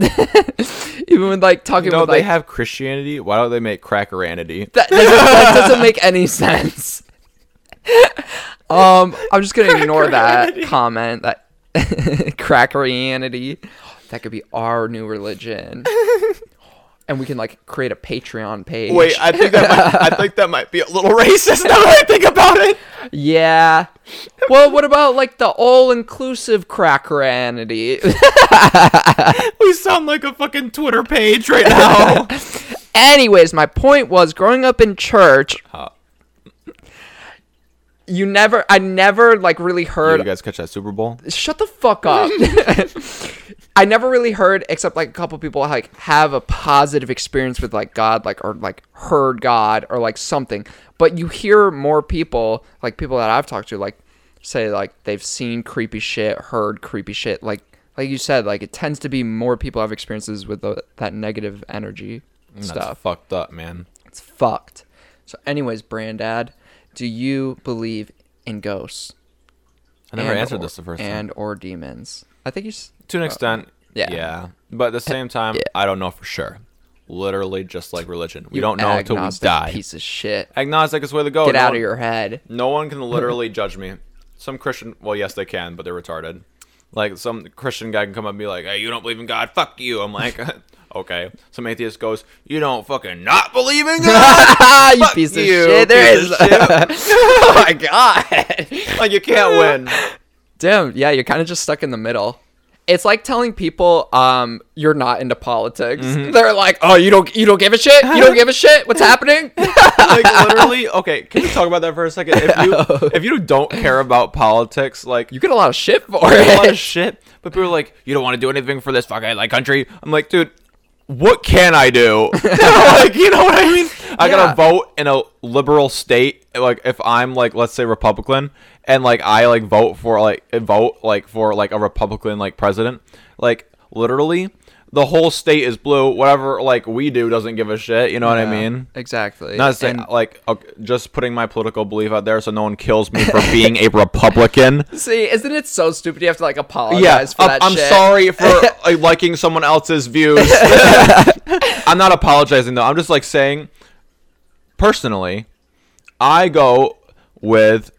B: even with like talking
A: No,
B: with
A: they
B: like
A: have Christianity. Why don't they make crackeranity?
B: that doesn't, that doesn't make any sense. um, I'm just gonna ignore that comment. That crackerianity, that could be our new religion, and we can like create a Patreon page.
A: Wait, I think that might, I think that might be a little racist now that I think about it.
B: yeah. Well, what about like the all-inclusive crackerianity?
A: We sound like a fucking Twitter page right now.
B: Anyways, my point was growing up in church.
A: Uh.
B: You never, I never like really heard
A: you guys catch that Super Bowl?
B: shut the fuck up. I never really heard except like a couple people like have a positive experience with like God like or like heard God or like something. But you hear more people like people that I've talked to like say like they've seen creepy shit, heard creepy shit. Like like you said, like it tends to be more people have experiences with the, that negative energy
A: That's
B: stuff.
A: fucked up, man.
B: It's fucked. So, anyways, Brandad, do you believe in ghosts?
A: I never
B: and
A: answered
B: or-
A: this the first time.
B: and or demons. I think you. s-
A: To an extent,
B: yeah.
A: yeah. But at the same time, I don't know for sure. Literally, just like religion, we don't know until we
B: agnostic
A: die.
B: Piece of shit.
A: Agnostic is the way to go.
B: Get
A: no
B: out
A: one,
B: of your head.
A: No one can literally judge me. Some Christian, well, yes, they can, but they're retarded. Like some Christian guy can come up and be like, "Hey, you don't believe in God? Fuck you." I'm like, okay. Some atheist goes, "You don't fucking not believe in God?
B: Ah, you
A: Fuck
B: piece of
A: you,
B: shit. There
A: piece
B: is.
A: of shit."
B: oh my god.
A: like you can't win.
B: Damn, yeah, you're kind of just stuck in the middle. It's like telling people um, you're not into politics.
A: Mm-hmm.
B: They're like, "Oh, you don't you don't give a shit. You don't give a shit. What's happening?"
A: like literally okay can we talk about that for a second if you if you don't care about politics like
B: you get a lot of shit for
A: I get a lot
B: it.
A: of shit but people are like you don't want to do anything for this fucking like country i'm like dude what can i do like you know what i mean i
B: Yeah.
A: gotta vote in a liberal state like if i'm like let's say republican and like i like vote for like vote like for like a republican like president like literally the whole state is blue whatever like we do doesn't give a shit you know what i mean
B: exactly.
A: not saying
B: And-
A: like okay, just putting my political belief out there so no one kills me for being a Republican.
B: see, isn't it so stupid? You have to like apologize
A: Yeah,
B: for
A: I'm,
B: that.
A: I'm
B: shit?
A: sorry for uh, liking someone else's views. I'm not apologizing though. I'm just like saying, personally, I go with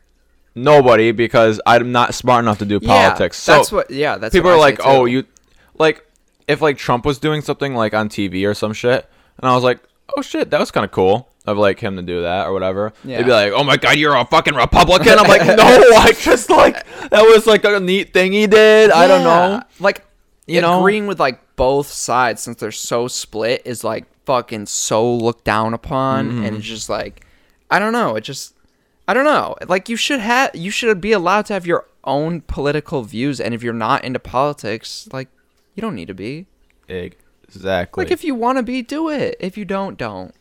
A: nobody because I'm not smart enough to do
B: Yeah,
A: politics. So
B: that's what. Yeah, that's
A: people
B: what
A: are
B: I
A: like,
B: say,
A: oh,
B: too.
A: you like if like Trump was doing something like on TV or some shit, and I was like, oh shit, that was kind of cool of like him to do that or whatever. They'd be
B: Yeah.
A: like, oh my god, you're a fucking Republican. I'm like, no, I just like that was like a neat thing he did. I don't know.
B: Yeah, Like
A: You know?
B: agreeing with like both sides since they're so split is like fucking so looked down upon
A: Mm-hmm.
B: and it's just like I don't know, it just I don't know. Like you should have you should be allowed to have your own political views and if you're not into politics, like you don't need to be.
A: Exactly.
B: Like if you want to be, do it. If you don't, don't.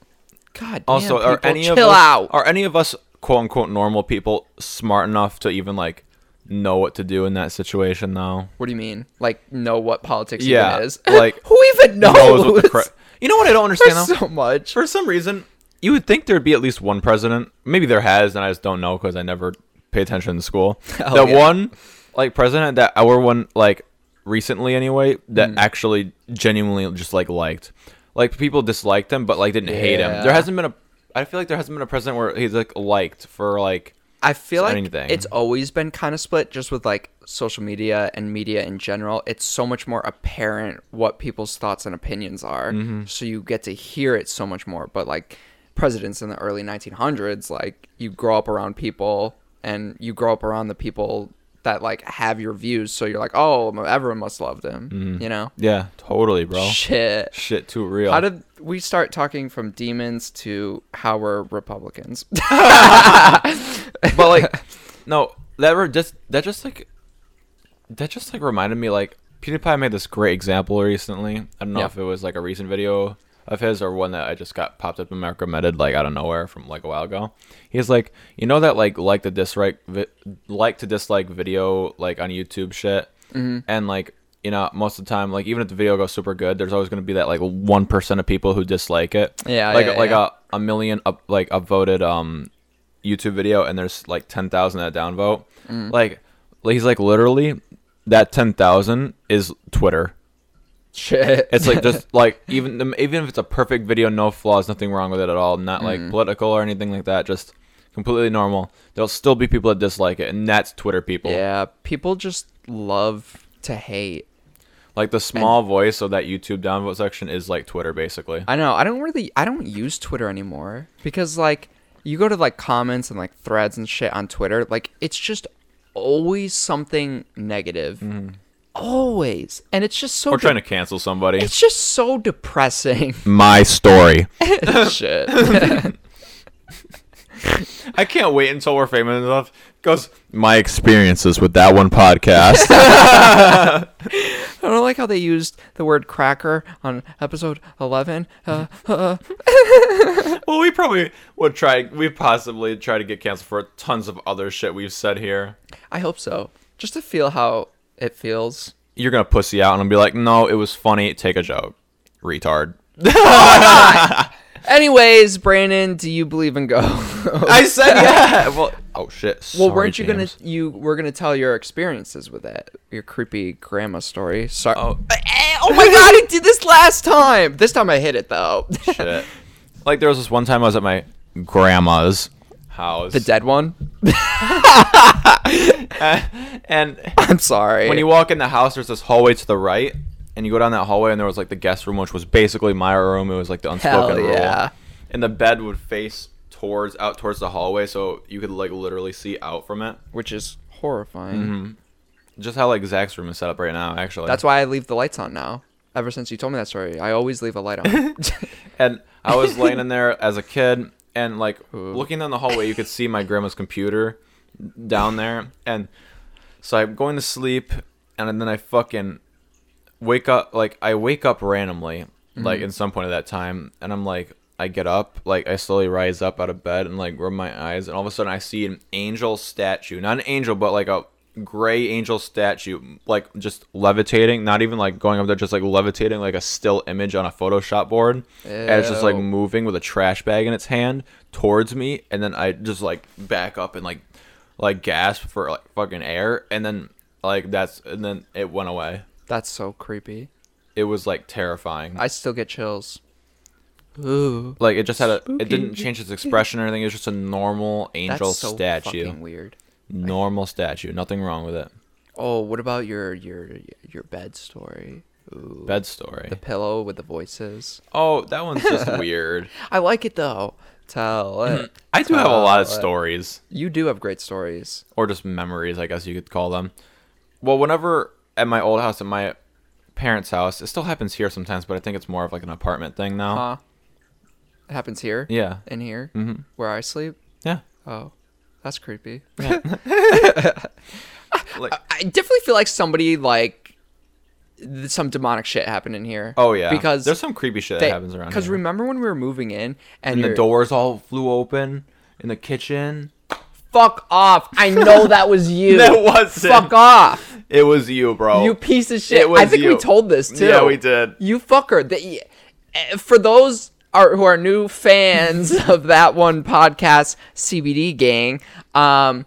B: God damn.
A: also, are
B: people,
A: any
B: chill
A: of us,
B: out.
A: are any of us quote unquote normal people smart enough to even like know what to do in that situation though?
B: what do you mean? Like know what politics
A: Yeah,
B: even is?
A: like,
B: who even knows?
A: Knows what the cra- you know what I don't understand
B: There's
A: though?
B: so much.
A: for some reason, you would think there'd be at least one president. Maybe there has, and I just don't know because I never pay attention in school.
B: Oh,
A: that
B: yeah.
A: one, like president, that our one, like recently anyway,
B: Mm.
A: that actually genuinely just like liked. Like people disliked him, but like didn't hate him. There
B: Yeah.
A: hasn't been a. I feel like there hasn't been a president where he's like liked for like.
B: I feel like
A: anything.
B: it's always been kind of split, just with like social media and media in general. It's so much more apparent what people's thoughts and opinions are,
A: Mm-hmm.
B: so you get to hear it so much more. But like presidents in the early 1900s, like you grow up around people and you grow up around the people that like have your views, so you're like, oh, everyone must love them,
A: Mm-hmm.
B: you know?
A: Yeah, totally, bro.
B: Shit.
A: Shit, too real.
B: How did we start talking from demons to how we're Republicans?
A: but like no that re- just that just like that just like reminded me like pewdiepie made this great example recently i don't know
B: Yeah.
A: if it was like a recent video of his or one that i just got popped up and recommended like out of nowhere from like a while ago he's like you know that like like to dislike vi- like to dislike video like on youtube shit
B: Mm-hmm.
A: and like you know most of the time like even if the video goes super good there's always going to be that like 1% of people who dislike it
B: Yeah,
A: like
B: yeah,
A: like
B: yeah.
A: a, a million up like upvoted um YouTube video and there's like 10,000 that downvote.
B: Mm.
A: Like like, he's like literally that 10,000 is Twitter.
B: Shit.
A: It's like just like even the, even if it's a perfect video, no flaws, nothing wrong with it at all, not like
B: Mm.
A: political or anything like that, just completely normal. There'll still be people that dislike it and that's Twitter people.
B: Yeah, people just love to hate.
A: Like the small voice of that YouTube downvote section is like Twitter basically.
B: I know. I don't really. I don't use Twitter anymore because like you go to like comments and like threads and shit on Twitter. Like it's just always something negative. Always, and it's just so.
A: We're
B: de-
A: Mm-hmm. trying to cancel somebody.
B: It's just so depressing.
A: My story.
B: shit.
A: I can't wait until we're famous enough. Goes my experiences with that one podcast.
B: I don't like how they used the word cracker on episode eleven. Uh, uh,
A: well, we probably would try. We possibly try to get canceled for tons of other shit we've said here.
B: I hope so. Just to feel how it feels.
A: You're gonna pussy out and I'll be like, "No, it was funny. Take a joke, retard."
B: Anyways, Brandon, do you believe in go?
A: I said, "Yeah." Well, oh shit.
B: Well,
A: Sorry,
B: weren't you
A: James.
B: gonna you were gonna tell your experiences with that your creepy grandma story? Sorry.
A: Oh.
B: Oh. my god, I did this last time. This time I hit it though.
A: Shit. Like there was this one time I was at my grandma's house,
B: the dead one.
A: and
B: I'm sorry.
A: when you walk in the house, there's this hallway to the right, and you go down that hallway, and there was like the guest room, which was basically my room. It was like the unspoken
B: Hell
A: rule.
B: yeah.
A: And the bed would face towards out towards the hallway, so you could like literally see out from it. Mm-hmm.
B: which is horrifying.
A: just how like Zach's room is set up right now. Actually,
B: That's why I leave the lights on now. Ever since you told me that story, I always leave a light on.
A: And I was laying in there as a kid, and like looking down the hallway, you could see my grandma's computer down there. And so I'm going to sleep, and then I fucking wake up. Like I wake up randomly, like in some point of that time, and I'm like, I get up, like I slowly rise up out of bed, and like rub my eyes, and all of a sudden I see an angel statue, not an angel, but like a gray angel statue like just levitating not even like going up there just like levitating like a still image on a photoshop board and it's just like
B: Ew.
A: moving with a trash bag in its hand towards me and then i just like back up and like like gasp for like fucking air and then like that's and then it went away
B: That's so creepy.
A: it was like terrifying
B: I still get chills. Ooh.
A: like it just had a
B: Spooky.
A: it didn't change its expression or anything it was just a normal
B: That's
A: angel
B: so
A: statue
B: fucking weird.
A: normal statue nothing wrong with it
B: Oh, what about your your your bed story? Ooh.
A: bed story
B: The pillow with the voices.
A: oh that one's just weird
B: I like it though. Tell it.
A: i do have a lot of
B: Tell it.
A: stories
B: You do have great stories.
A: Uh, or just memories, I guess you could call them. Well, whenever at my old house, at my parents' house, it still happens here sometimes, but I think it's more of like an apartment thing now.
B: Huh? It happens here.
A: Uh, Yeah, Mm-hmm.
B: In here. Where I sleep.
A: yeah.
B: Oh, that's creepy.
A: Like,
B: I definitely feel like somebody like th- some demonic shit happened in here.
A: oh yeah,
B: because
A: there's some creepy shit that happens around
B: Because
A: here.
B: remember when we were moving in and,
A: and the
B: your-
A: doors all flew open in the kitchen.
B: Fuck off! I know that was you.
A: That wasn't.
B: Fuck off!
A: It was you, bro.
B: You piece of shit.
A: It was
B: I think we
A: you.
B: told this too.
A: Yeah, we did.
B: You fucker. The, eh, for those are, who are new fans of that one podcast, CBD Gang, um,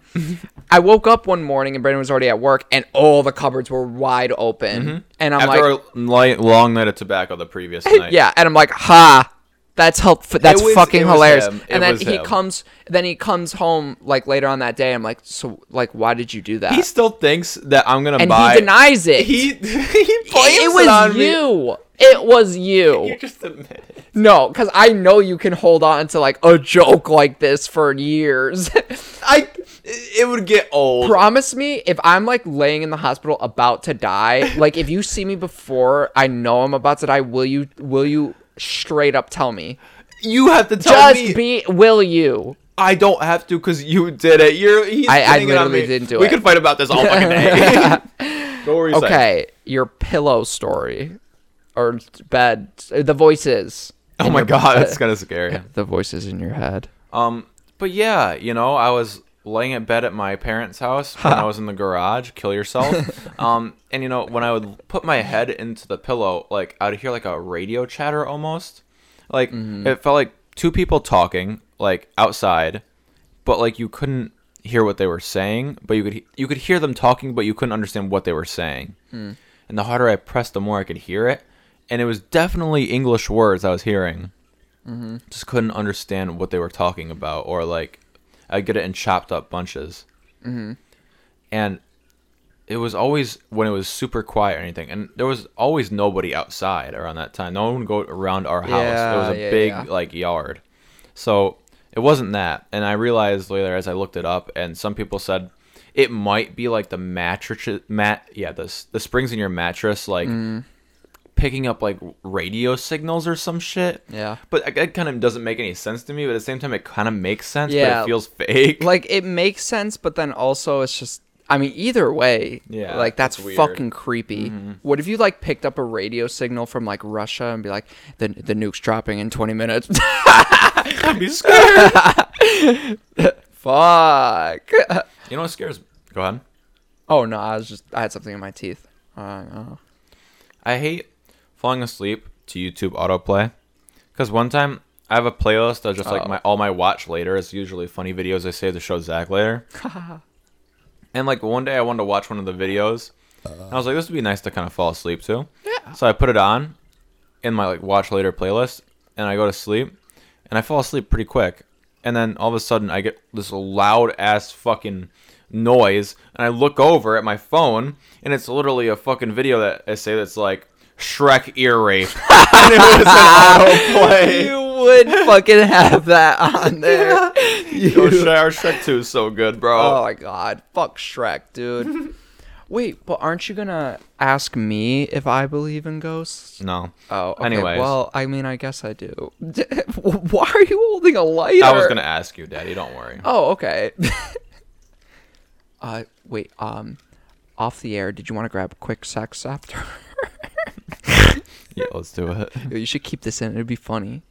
B: I woke up one morning and Brandon was already at work, and all the cupboards were wide open, and I'm like,
A: Mm-hmm. After a light, long night of tobacco the previous night.
B: yeah, and I'm like, ha, that's helpful. That's
A: was-
B: fucking
A: it was
B: hilarious.
A: him. It
B: And then
A: was
B: he
A: him.
B: comes, then he comes home like later on that day. I'm like, so like, why did you do that?
A: He still thinks that I'm gonna
B: and
A: buy.
B: he denies it.
A: He he blames
B: it,
A: it
B: was
A: on me.
B: you. It was
A: You
B: you.
A: just admit it.
B: No, because I know you can hold on to like a joke like this for years.
A: I. It would get old.
B: Promise me, if I'm like laying in the hospital about to die, like if you see me before I know I'm about to die, will you? Will you? Straight up, tell me.
A: you have to tell
B: Just
A: me.
B: be. Will you?
A: I don't have to because you did it. You're he's
B: I- I
A: pinning it on
B: literally
A: me.
B: didn't do
A: we
B: it.
A: could fight about this all fucking day. Go where you say.
B: Okay, your pillow story or bed, the voices,
A: Oh my god, that's kind of scary.
B: the voices in your head.
A: Um, but yeah, you know, I was laying in bed at my parents' house when I was in the garage. Kill yourself. um, and you know, when I would put my head into the pillow, like I'd hear like a radio chatter almost. Like it felt like two people talking, like outside, but like you couldn't hear what they were saying, but you could he- you could hear them talking, but you couldn't understand what they were saying.
B: Hmm.
A: And the harder I pressed, the more I could hear it, and it was definitely English words I was hearing
B: Mm-hmm.
A: just couldn't understand what they were talking about or like i get it in chopped up bunches
B: Mm-hmm.
A: and it was always when it was super quiet or anything and there was always nobody outside around that time no one would go around our house there was
B: Yeah,
A: a
B: yeah,
A: big
B: yeah.
A: like yard so it wasn't that and i realized later as i looked it up and some people said it might be like the mattress mat yeah the, s- the springs in your mattress like
B: Mm.
A: picking up like radio signals or some shit
B: Yeah.
A: but it- it kind of doesn't make any sense to me. But at the same time, it kind of makes sense.
B: Yeah.
A: But it feels fake.
B: Like it makes sense, but then also it's just. I mean, either way,
A: Yeah,
B: like that's
A: it's weird. Mm-hmm.
B: fucking creepy. What if you like picked up a radio signal from like Russia and be like, the the nuke's dropping in twenty minutes?
A: I'd be scared.
B: Fuck.
A: you know what scares? Go ahead.
B: oh no, I was just I had something in my teeth. Uh, no.
A: I hate falling asleep to YouTube autoplay. Because one time I have a playlist that's just
B: Oh.
A: like my all my watch later. It's usually funny videos I save to show Zach later. and like one day I wanted to watch one of the videos. and I was like, this would be nice to kind of fall asleep to. Yeah. So I put it on in my like watch later playlist and I go to sleep and I fall asleep pretty quick. And then all of a sudden I get this loud ass fucking noise and I look over at my phone and it's literally a fucking video that I say that's like Shrek ear rape. and it was an autoplay.
B: You would fucking have that on there. You-
A: Oh, Yo, Shrek, Shrek 2 is so good, bro.
B: oh my god, fuck Shrek, dude. Wait, but aren't you gonna ask me if I believe in ghosts?
A: No.
B: Oh, okay.
A: Anyways.
B: Well, I mean, I guess I do. Why are you holding a lighter?
A: I was gonna ask you, Daddy. Don't worry.
B: Oh, okay. uh, wait. Um, off the air. Did you want to grab quick sex after?
A: Yeah, let's do it.
B: you should keep this in. It'd be funny.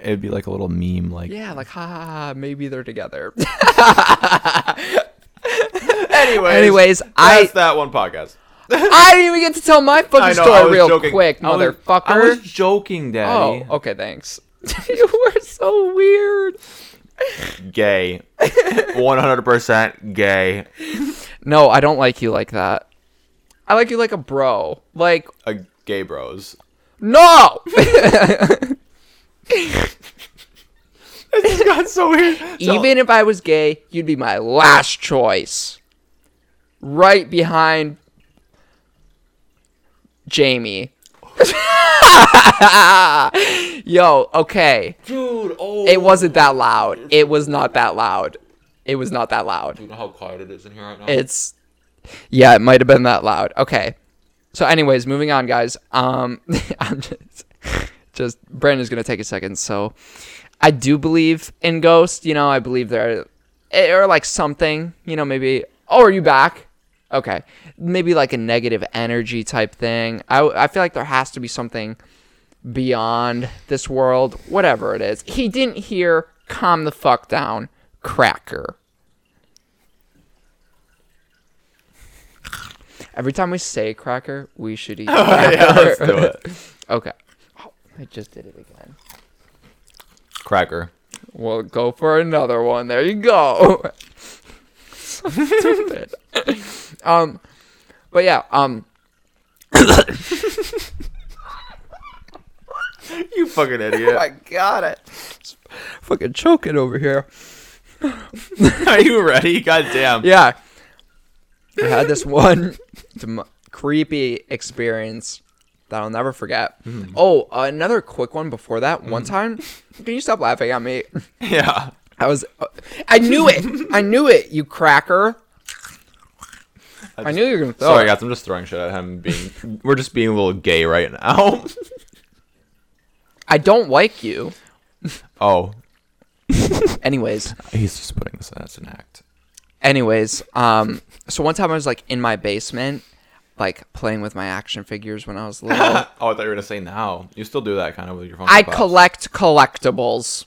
A: It'd be like a little meme, like
B: Yeah, like ha ha ha. Maybe they're together.
A: Anyways,
B: Anyways, I
A: that's that one podcast.
B: I didn't even get to tell my fucking story real quick,
A: I was-
B: motherfucker.
A: I was joking,
B: oh,
A: Daddy.
B: okay. Thanks. you were so weird.
A: oh. Gay. One hundred percent gay.
B: No, I don't like you like that. I like you like a bro. Like
A: A Uh, gay bros.
B: no.
A: This got so weird.
B: Even if I was gay, you'd be my last choice. Right behind Jamie. Yo, okay.
A: dude. Oh,
B: It wasn't that loud. It was not that loud. It was not that loud.
A: You know how quiet it is in here right now.
B: It's Yeah, it might have been that loud. Okay. So anyways, moving on guys. Um I'm just just Brandon's going to take a second. So I do believe in ghosts, you know, I believe there or like something, you know, maybe oh, are you back? Okay. Maybe like a negative energy type thing. I I feel like there has to be something beyond this world, whatever it is. He didn't hear calm the fuck down, cracker. Every time we say cracker, we should eat.
A: yeah, let's do it.
B: Okay. Oh, I just did it again.
A: Cracker.
B: Well, go for another one. There you go. So Stupid. um, but yeah. Um,
A: You fucking idiot.
B: got it. Fucking choking over here.
A: Are you ready? God damn.
B: Yeah. I had this one dem- creepy experience that I'll never forget.
A: Mm-hmm.
B: Oh, another quick one before that. One time, can you stop laughing at me?
A: Yeah.
B: I was, I knew it. I knew it. You cracker. I,
A: just-
B: knew you were gonna throw.
A: Sorry,
B: it.
A: guys. I'm just throwing shit at him. Being we're just being a little gay right now.
B: I don't like you.
A: oh,
B: Anyways,
A: he's just putting this as an act.
B: anyways, um, so one time I was like in my basement, like playing with my action figures when I was little.
A: Oh, I thought you were gonna say now. You still do that kind of with your phone.
B: I collect collectibles.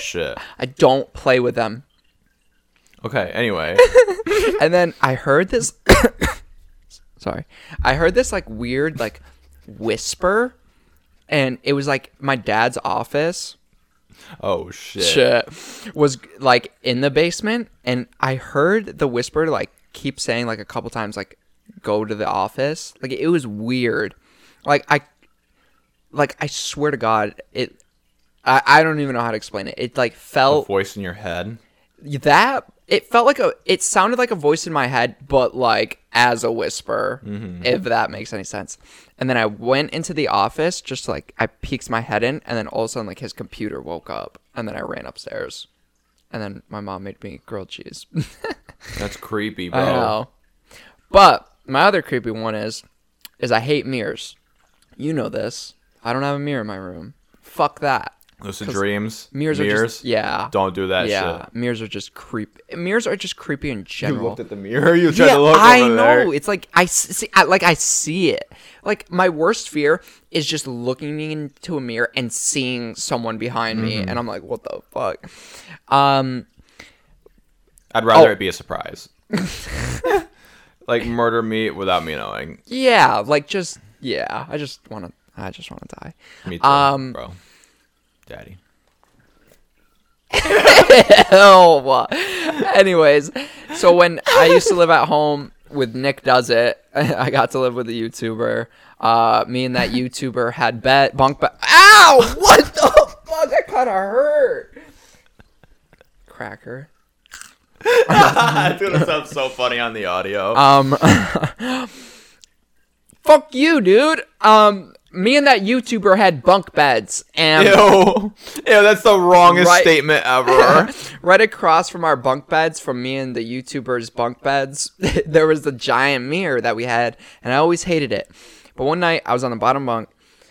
A: shit.
B: I don't play with them.
A: Okay. Anyway,
B: And then I heard this. sorry, I heard this like weird like whisper, and it was like my dad's office.
A: oh shit.
B: shit was like in the basement and i heard the whisper like keep saying like a couple times like go to the office like it was weird like i like i swear to god it i, I don't even know how to explain it it like felt
A: Voice in your head.
B: that it felt like a it sounded like a voice in my head but like as a whisper
A: Mm-hmm.
B: if that makes any sense and then i went into the office just like i peeked my head in and then all of a sudden like his computer woke up and then i ran upstairs and then my mom made me grilled cheese
A: That's creepy, bro.
B: i know but my other creepy one is is i hate mirrors you know this i don't have a mirror in my room fuck that
A: Lucid dreams.
B: mirrors, are just yeah
A: Don't do that
B: yeah,
A: shit.
B: mirrors are just creep. Mirrors are just creepy in general.
A: at the mirror. You
B: yeah, I know. It's like I s- see, I, like I see it. Like my worst fear is just looking into a mirror and seeing someone behind me, and I'm like, what the fuck? Um,
A: I'd rather
B: Oh.
A: it be a surprise. like murder me without me knowing.
B: yeah, like just yeah. I just want to. I just want to die.
A: Me too,
B: Um,
A: bro. Daddy.
B: Ew. Oh, Anyways, so when I used to live at home with Nick Does It, I got to live with a YouTuber. Uh, me and that YouTuber had bet bunk bed. Ow! What the fuck? That kind of hurt. Cracker.
A: That's gonna sound so funny on the audio.
B: Um. fuck you, dude. Um. me and that YouTuber had bunk beds, and
A: Ew. Ew, that's the wrongest
B: Right.
A: statement ever.
B: right across from our bunk beds, from me and the YouTuber's bunk beds, there was the giant mirror that we had, and I always hated it. But one night I was on the bottom bunk,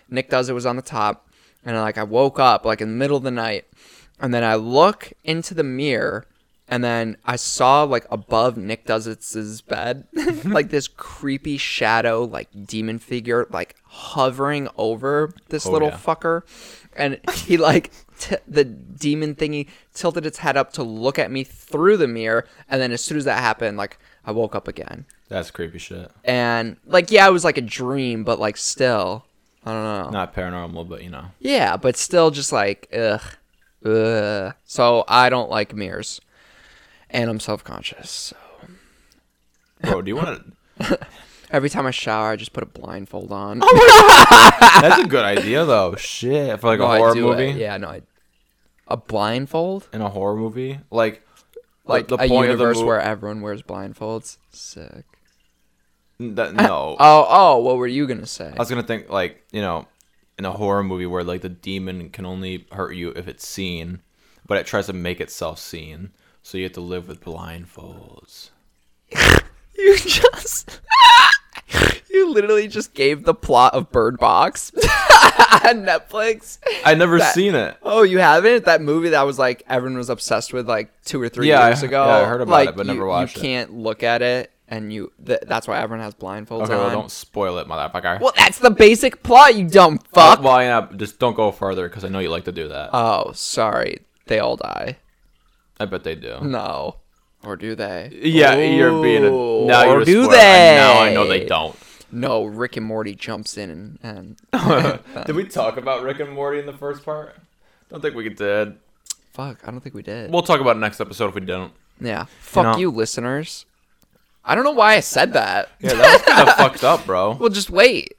B: Nick does it was on the top, and like I woke up like in the middle of the night, and then I look into the mirror, and then I saw like above Nick does it's bed, like this creepy shadow, like demon figure, like hovering over this little
A: yeah.
B: fucker and he like t- the demon thingy tilted its head up to look at me through the mirror and then as soon as that happened like i woke up again
A: that's creepy shit.
B: and like yeah it was like a dream but like still i don't know
A: Not paranormal, but you know.
B: yeah but still just like ugh, ugh. so i don't like mirrors and i'm self-conscious so
A: Bro, do you want to?
B: every time i shower i just put a blindfold on
A: Oh, That's a good idea though. Shit, for like
B: No,
A: a
B: I
A: horror
B: do it.
A: movie.
B: yeah no I, a blindfold
A: In a horror movie, like
B: like
A: the
B: a
A: point
B: universe
A: of the
B: where everyone wears blindfolds sick
A: movie. no,
B: Oh, oh, what were you gonna say?
A: I was gonna think like you know, in a horror movie where like the demon can only hurt you if it's seen, but it tries to make itself seen, so you have to live with blindfolds.
B: You just, you literally just gave the plot of Bird Box on Netflix.
A: I never seen it.
B: Oh, you haven't? That movie that was like everyone was obsessed with like two or three
A: Yeah, I-
B: years ago.
A: yeah, I heard about
B: Like,
A: it, but
B: you-
A: never watched
B: You
A: it.
B: can't look at it, and you. Th- that's why everyone has blindfolds
A: Okay,
B: on.
A: well, don't spoil it, motherfucker.
B: Well, that's the basic plot, you dumb
A: Uh,
B: fuck.
A: Well, yeah, just don't go further because I know you like to do that.
B: Oh, sorry. They all die.
A: I bet they do.
B: No, or do they?
A: Yeah, you're being a
B: Ooh,
A: now
B: or
A: you're a
B: do
A: spoiler. I- Now I know
B: they?
A: they don't.
B: No, Rick and Morty jumps in and. and
A: Did we talk about Rick and Morty in the first part? Don't think we did.
B: Fuck, I don't think we did.
A: We'll talk about it next episode if we don't.
B: Yeah. Fuck you,
A: know-
B: listeners. I don't know why I said that.
A: Yeah, that was kind of fucked up, bro.
B: Well, just wait.